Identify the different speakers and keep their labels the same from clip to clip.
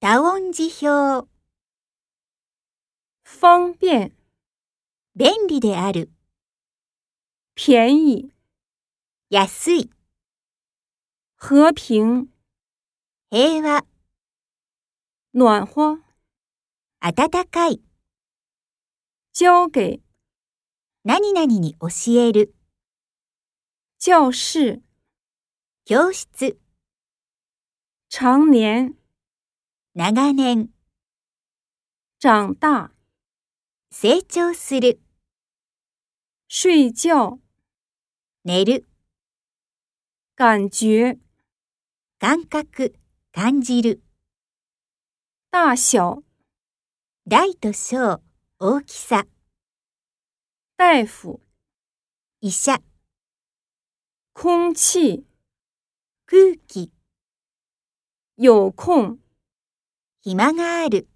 Speaker 1: 多音字表、
Speaker 2: 方便、
Speaker 1: 便利である、
Speaker 2: 便宜、
Speaker 1: 安い、
Speaker 2: 和平、
Speaker 1: 平和、
Speaker 2: 暖和、
Speaker 1: 温かい、
Speaker 2: 交给、
Speaker 1: 何々に教える、
Speaker 2: 教室、
Speaker 1: 教室、
Speaker 2: 常年、
Speaker 1: 長年、
Speaker 2: 长大、
Speaker 1: 成長する、
Speaker 2: 睡觉、
Speaker 1: 寝る、
Speaker 2: 感觉、
Speaker 1: 感覚、感じる、
Speaker 2: 大小、
Speaker 1: 大と小、大きさ、
Speaker 2: 大夫、
Speaker 1: 医者、
Speaker 2: 空气、
Speaker 1: 空気、
Speaker 2: 有空、
Speaker 1: 暇がある、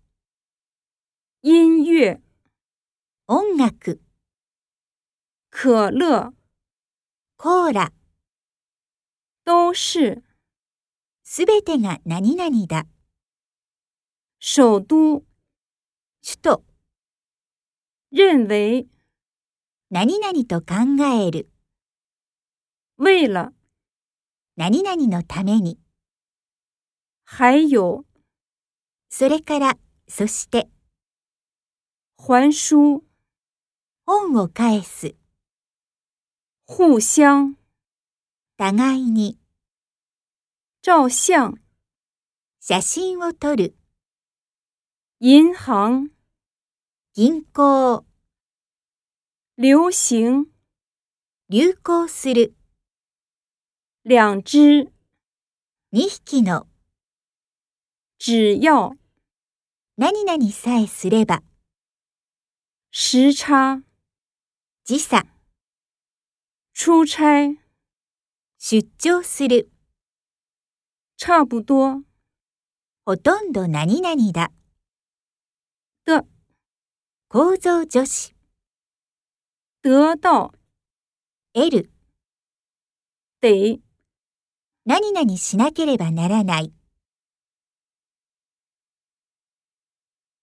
Speaker 2: 音乐、
Speaker 1: 音楽、
Speaker 2: 可乐、
Speaker 1: コーラ、
Speaker 2: 都是
Speaker 1: すべてが何々だ、
Speaker 2: 首都。
Speaker 1: 首都、
Speaker 2: 认为、
Speaker 1: 何々と考える、
Speaker 2: 为了、
Speaker 1: 何々のために、
Speaker 2: 还有、
Speaker 1: それから、そして、
Speaker 2: 还书、
Speaker 1: 本を返す、
Speaker 2: 互相、
Speaker 1: 互いに、
Speaker 2: 照相、
Speaker 1: 写真を撮る、
Speaker 2: 银行、
Speaker 1: 銀行、
Speaker 2: 流行、
Speaker 1: 流行する、
Speaker 2: 两只、
Speaker 1: 2匹の、
Speaker 2: 只要、
Speaker 1: 何々さえすれば、
Speaker 2: 时差、
Speaker 1: 時差、
Speaker 2: 出差、
Speaker 1: 出張する、
Speaker 2: 差不多
Speaker 1: ほとんど何々だ、
Speaker 2: 的、
Speaker 1: 構造助詞、
Speaker 2: 得到、
Speaker 1: L、
Speaker 2: 得。
Speaker 1: 何々しなければならない。